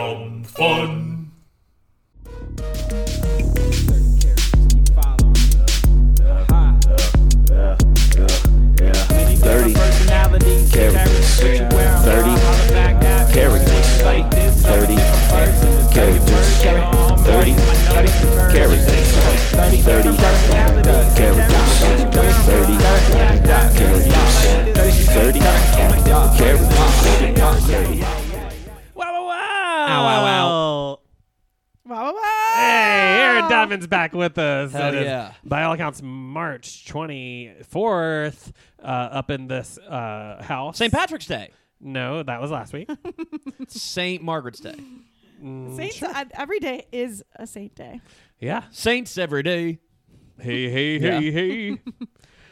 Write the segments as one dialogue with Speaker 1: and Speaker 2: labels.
Speaker 1: Dumb fun.
Speaker 2: Thirty characters. Thirty characters. Like thirty characters. Thirty characters. Thirty characters. Thirty characters. Thirty characters. Thirty.
Speaker 3: Wow, wow,
Speaker 4: Ow, ow,
Speaker 3: wow. Wow, wow, wow.
Speaker 4: Hey, Aaron Diamond's back with us.
Speaker 3: Hell
Speaker 4: It is,
Speaker 3: yeah.
Speaker 4: by all accounts, March 24th uh, up in this uh, house.
Speaker 3: St. Patrick's Day.
Speaker 4: No, that was last week.
Speaker 3: St. Margaret's Day.
Speaker 5: Saints, uh, every day is a saint day.
Speaker 4: yeah.
Speaker 3: Saints every day.
Speaker 4: Hey, hey,
Speaker 3: Yeah.
Speaker 4: hey, hey.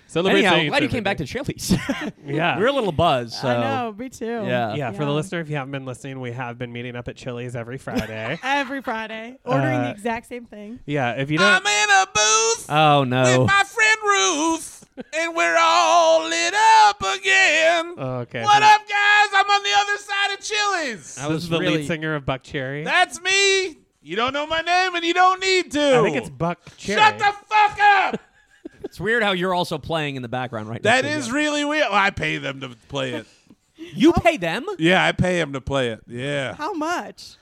Speaker 4: Celebrate
Speaker 3: Anyhow,
Speaker 4: Saints
Speaker 3: glad you
Speaker 4: every
Speaker 3: came back
Speaker 4: day.
Speaker 3: to Chili's.
Speaker 4: Yeah.
Speaker 3: we were a little buzzed. So.
Speaker 5: I know, me too.
Speaker 3: Yeah.
Speaker 4: yeah, for the
Speaker 5: Yeah.
Speaker 4: listener, if you haven't been listening, we have been meeting up at Chili's every Friday.
Speaker 5: Every Friday, ordering
Speaker 4: Uh,
Speaker 5: the exact same thing.
Speaker 4: yeah, if you don't,
Speaker 6: in a booth
Speaker 3: Oh no.
Speaker 6: friend Ruth, and we're all lit up again.
Speaker 4: Oh, okay.
Speaker 6: up, guys? I'm on the other side of Chili's.
Speaker 4: This is the
Speaker 3: really-
Speaker 4: lead singer of Buck Cherry.
Speaker 6: That's me. You don't know my name, and you don't need to.
Speaker 4: I think it's Buck Cherry.
Speaker 6: fuck up.
Speaker 3: It's weird how you're also playing in the background right
Speaker 6: That
Speaker 3: now.
Speaker 6: is really weird. Well, I pay them to play it.
Speaker 3: You pay them?
Speaker 6: Yeah, I pay them to play it. Yeah.
Speaker 5: How much?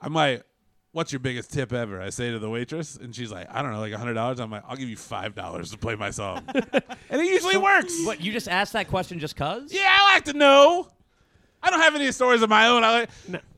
Speaker 6: I'm like, what's your biggest tip ever? I say to the waitress, and she's like, I don't know, like $100. I'm like, I'll give you $5 to play my song. and it usually works.
Speaker 3: What, you just asked that question just cuz?
Speaker 6: Yeah, I like to know. I don't have any stories of my own. I like.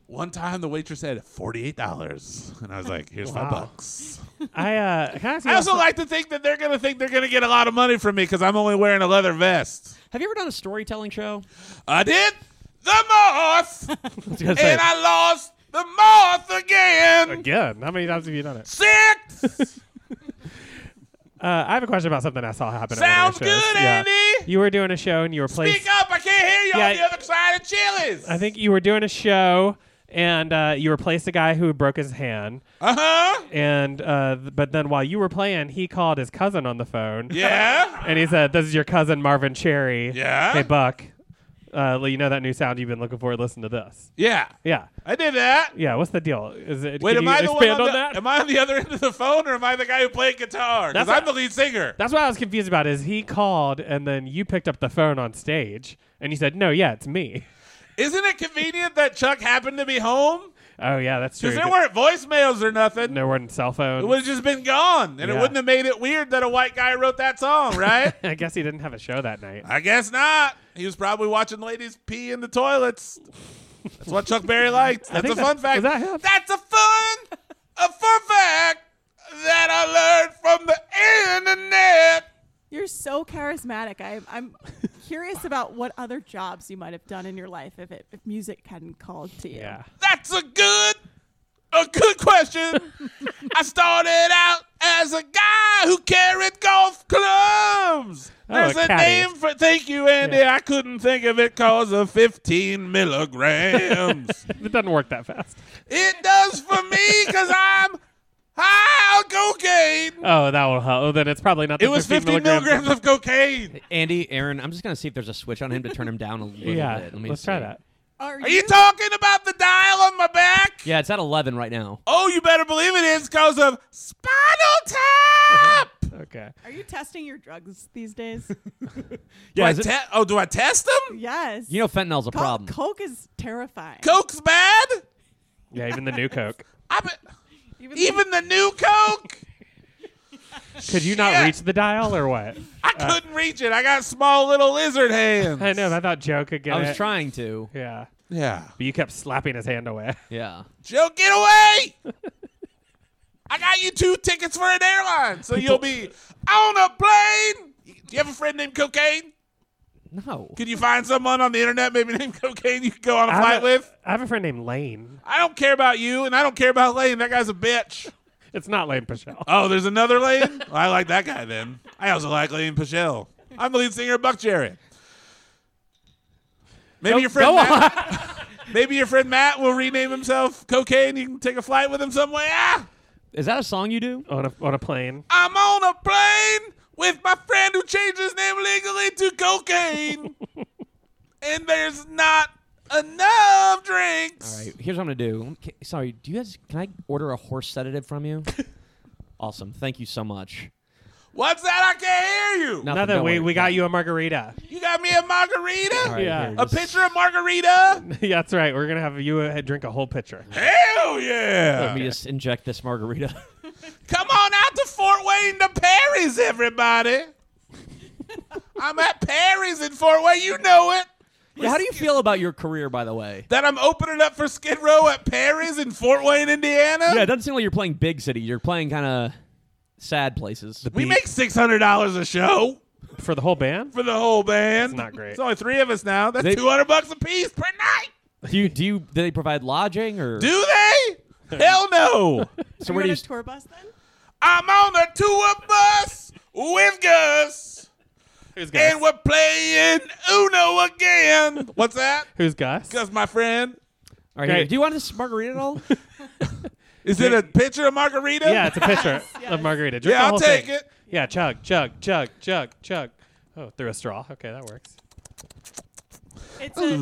Speaker 6: One time, the waitress said forty-eight dollars, and I was like, "Here's five
Speaker 4: Wow.
Speaker 6: bucks."
Speaker 4: I uh, can I ask you
Speaker 6: I also
Speaker 4: something?
Speaker 6: like to think that they're gonna think they're gonna get a lot of money from me because I'm only wearing a leather vest.
Speaker 3: Have you ever done a storytelling show?
Speaker 6: I did the moth,
Speaker 3: gonna say-
Speaker 6: and I lost the moth again.
Speaker 4: again. How many times have you done it?
Speaker 6: Six
Speaker 4: Uh, I have a question about something I saw happen. at one of
Speaker 6: sounds
Speaker 4: your shows.
Speaker 6: good,
Speaker 4: Yeah.
Speaker 6: Andy.
Speaker 4: You were doing a show and you were placed.
Speaker 6: Speak up! I can't hear you
Speaker 4: Yeah,
Speaker 6: on the
Speaker 4: I-
Speaker 6: other side of Chili's.
Speaker 4: I think you were doing a show and uh, you replaced a guy who broke his hand.
Speaker 6: Uh huh.
Speaker 4: And uh, th- but then while you were playing, he called his cousin on the phone.
Speaker 6: Yeah.
Speaker 4: And he said, "This is your cousin Marvin Cherry.
Speaker 6: Yeah.
Speaker 4: Hey Buck, uh, you know that new sound you've been looking for? Listen to this.
Speaker 6: Yeah.
Speaker 4: Yeah.
Speaker 6: I did that.
Speaker 4: Yeah. What's the deal? Is it?
Speaker 6: Wait, am
Speaker 4: can you
Speaker 6: I the one
Speaker 4: expand
Speaker 6: on,
Speaker 4: on
Speaker 6: the,
Speaker 4: that?
Speaker 6: Am I on the other end of the phone, or am I the guy who played guitar? Because
Speaker 4: That's
Speaker 6: I'm
Speaker 4: a-
Speaker 6: the lead singer.
Speaker 4: That's what I was confused about. Is he called and then you picked up the phone on stage and you said, "No, yeah, it's me."
Speaker 6: Isn't it convenient that Chuck happened to be home?
Speaker 4: Oh yeah, that's true.
Speaker 6: Because there weren't voicemails or nothing.
Speaker 4: no one cell
Speaker 6: It
Speaker 4: phone.
Speaker 6: would have just been gone, and it
Speaker 4: Yeah.
Speaker 6: wouldn't have made it weird that a white guy wrote that song, right?
Speaker 4: I guess he didn't have a show that night.
Speaker 6: I guess not. He was probably watching ladies pee in the toilets. That's what Chuck Berry liked. That's a
Speaker 4: think
Speaker 6: fun
Speaker 4: that-
Speaker 6: fact.
Speaker 4: was that him?
Speaker 6: That's a fun, a fun fact that I learned from the internet.
Speaker 5: You're so charismatic. I, I'm curious about what other jobs you might have done in your life if, it, if music hadn't called to you.
Speaker 4: Yeah.
Speaker 6: That's a good, a good question. I started out as a guy who carried golf clubs. There's
Speaker 4: a
Speaker 6: a
Speaker 4: caddy.
Speaker 6: name for. Thank you, Andy.
Speaker 4: Yeah.
Speaker 6: I couldn't think of it cause of 15 milligrams.
Speaker 4: It doesn't work that fast.
Speaker 6: it does for me because I'm high on cocaine.
Speaker 4: Oh, that will help. Oh, then it's probably not.
Speaker 6: It
Speaker 4: the
Speaker 6: was 15
Speaker 4: 15
Speaker 6: milligrams. of cocaine.
Speaker 3: Andy, Aaron, I'm just gonna see if there's a switch on him to turn him down a little
Speaker 4: Yeah,
Speaker 3: bit. Let me
Speaker 4: let's try
Speaker 3: see.
Speaker 4: that.
Speaker 6: Are you talking about the dial on my back?
Speaker 3: Yeah, it's at 11 right now.
Speaker 6: Oh, you better believe it is because of Spinal Tap.
Speaker 4: Okay.
Speaker 5: Are you testing your drugs these days?
Speaker 3: Yeah,
Speaker 6: Do I
Speaker 3: is it-
Speaker 6: te- oh, do I test them?
Speaker 5: yes.
Speaker 3: You know fentanyl's a
Speaker 5: Co-
Speaker 3: problem.
Speaker 5: Coke is terrifying.
Speaker 6: Coke's bad.
Speaker 4: Yeah, even the new Coke.
Speaker 6: I be-
Speaker 5: Even,
Speaker 6: even the new Coke.
Speaker 4: Could you not
Speaker 6: Shit.
Speaker 4: reach the dial or what?
Speaker 6: I couldn't reach it. I got small little lizard hands.
Speaker 4: Uh. I know. I thought Joe could get
Speaker 3: I was
Speaker 4: it.
Speaker 3: trying to.
Speaker 4: Yeah.
Speaker 6: Yeah.
Speaker 4: But you kept slapping his hand away.
Speaker 3: Yeah.
Speaker 6: Joe, get away! I got you two tickets for an airline, so you'll be on a plane. Do you have a friend named Cocaine?
Speaker 3: No.
Speaker 6: Can you find someone on the internet maybe named Cocaine you can go on a
Speaker 4: I
Speaker 6: flight
Speaker 4: have a-
Speaker 6: with?
Speaker 4: I have a friend named Lane.
Speaker 6: I don't care about you, and I don't care about Lane. That guy's a bitch.
Speaker 4: It's not Lane Pichelle.
Speaker 6: Oh, there's another Lane? Well, I like that guy then. I also like Lane Pichelle. I'm the lead singer of Buck Cherry. Maybe your friend Matt, Maybe your friend Matt will rename himself Cocaine. You can take a flight with him somewhere. Ah,
Speaker 3: Is that a song you do?
Speaker 4: on a on a plane.
Speaker 6: I'm on a plane with my friend who changed his name legally to Cocaine. and there's not enough drinks.
Speaker 3: All right, here's what I'm gonna do. K- Sorry, do you guys? Can I order a horse sedative from you? awesome, thank you so much.
Speaker 6: What's that? I can't hear you.
Speaker 3: Nothing,
Speaker 4: Nothing.
Speaker 3: don't
Speaker 4: We,
Speaker 3: worry.
Speaker 4: we got you a margarita.
Speaker 6: You got me a margarita?
Speaker 3: All right,
Speaker 4: Yeah.
Speaker 3: here,
Speaker 6: A
Speaker 3: just-
Speaker 6: pitcher of margarita?
Speaker 4: yeah, that's right. We're gonna have you uh, drink a whole pitcher.
Speaker 6: Hell
Speaker 3: Let me
Speaker 6: yeah.
Speaker 3: just inject this margarita.
Speaker 6: Come on out to Fort Wayne to Perry's, everybody. I'm at Perry's in Fort Wayne. You know it.
Speaker 3: Yeah, how do you feel about your career, by the way?
Speaker 6: That I'm opening up for Skid Row at Perry's in Fort Wayne, Indiana.
Speaker 3: Yeah, it doesn't seem like you're playing big city. You're playing kind of sad places.
Speaker 6: we make $600 a show
Speaker 4: For the whole band?
Speaker 6: for the whole band.
Speaker 4: That's not great.
Speaker 6: It's only three of us now. That's
Speaker 3: They-
Speaker 6: 200 bucks a piece per night.
Speaker 3: do you do you, do they provide lodging or
Speaker 6: Do they? Hell no.
Speaker 3: so
Speaker 5: We're
Speaker 3: where do
Speaker 5: on
Speaker 3: you
Speaker 5: a tour bus then?
Speaker 6: I'm on the tour bus with Gus,
Speaker 4: Who's Gus?
Speaker 6: and we're playing Uno again. What's that?
Speaker 4: Who's Gus?
Speaker 6: Gus, my friend.
Speaker 3: All right, here,
Speaker 4: Great.
Speaker 3: do you want this margarita at all?
Speaker 6: Is it a pitcher of margarita?
Speaker 4: Yeah, it's a pitcher of
Speaker 5: yes.
Speaker 4: margarita. Drink
Speaker 6: Yeah,
Speaker 4: the
Speaker 6: I'll
Speaker 4: whole
Speaker 6: take
Speaker 4: thing.
Speaker 6: it.
Speaker 4: Yeah, chug, chug, chug, chug, chug. Oh, through a straw. Okay, that works.
Speaker 5: It's a.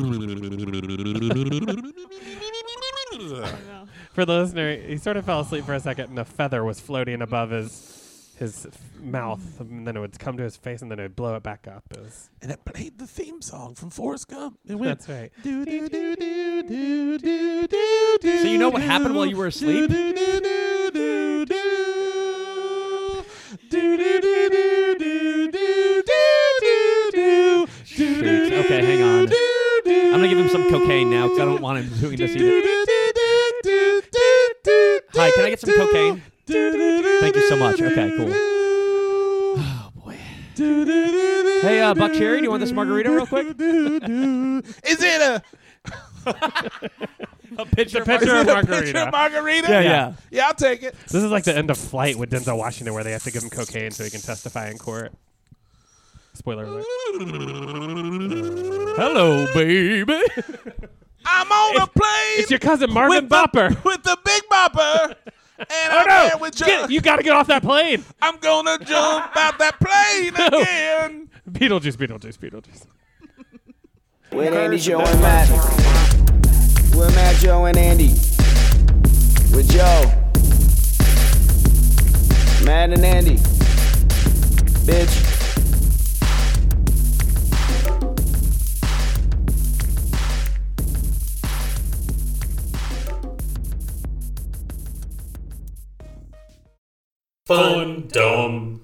Speaker 4: For the listener, he sort of fell asleep for a second, and a feather was floating above his his f- mouth, and then it would come to his face, and then it would blow it back up. It was,
Speaker 6: And it played the theme song from Forrest Gump. It went.
Speaker 4: that's right.
Speaker 6: Do, do, do, do, do, do, do, do,
Speaker 3: So you know what happened while you were asleep?
Speaker 6: Do, do, do, do, do. Do, do, do, do, do, do, do, do, do.
Speaker 3: Shoot. Okay, hang on.
Speaker 6: Do, do,
Speaker 3: I'm gonna give him some cocaine now because I don't want him doing this either. Hi, can I get some cocaine?
Speaker 6: Thank
Speaker 3: you so much. Okay, cool. Oh boy. Hey, uh, Buck Cherry, do you want this margarita real quick?
Speaker 6: Is it a,
Speaker 3: A
Speaker 6: is
Speaker 4: Pitcher
Speaker 3: pitcher,
Speaker 6: it a
Speaker 4: of
Speaker 6: picture
Speaker 4: margarita.
Speaker 6: of margarita?
Speaker 3: Yeah, yeah.
Speaker 6: Yeah, I'll take it.
Speaker 4: This is like the end of Flight with Denzel Washington, where they have to give him cocaine so he can testify in court. Spoiler alert. Hello, baby.
Speaker 6: I'm on a plane
Speaker 4: it's your cousin Marvin
Speaker 6: with the-
Speaker 4: Bopper.
Speaker 6: with the Big Bopper. And I'm
Speaker 4: Oh
Speaker 6: there
Speaker 4: no!
Speaker 6: with
Speaker 4: Get-
Speaker 6: John.
Speaker 4: you got to get off that plane.
Speaker 6: I'm gonna jump out that plane again.
Speaker 4: Beetlejuice, Beetlejuice, Beetlejuice.
Speaker 1: With Andy, Joe, and Matt. With Matt, Joe, and Andy. With Joe. Matt and Andy. Bitch.
Speaker 7: Fun Dumb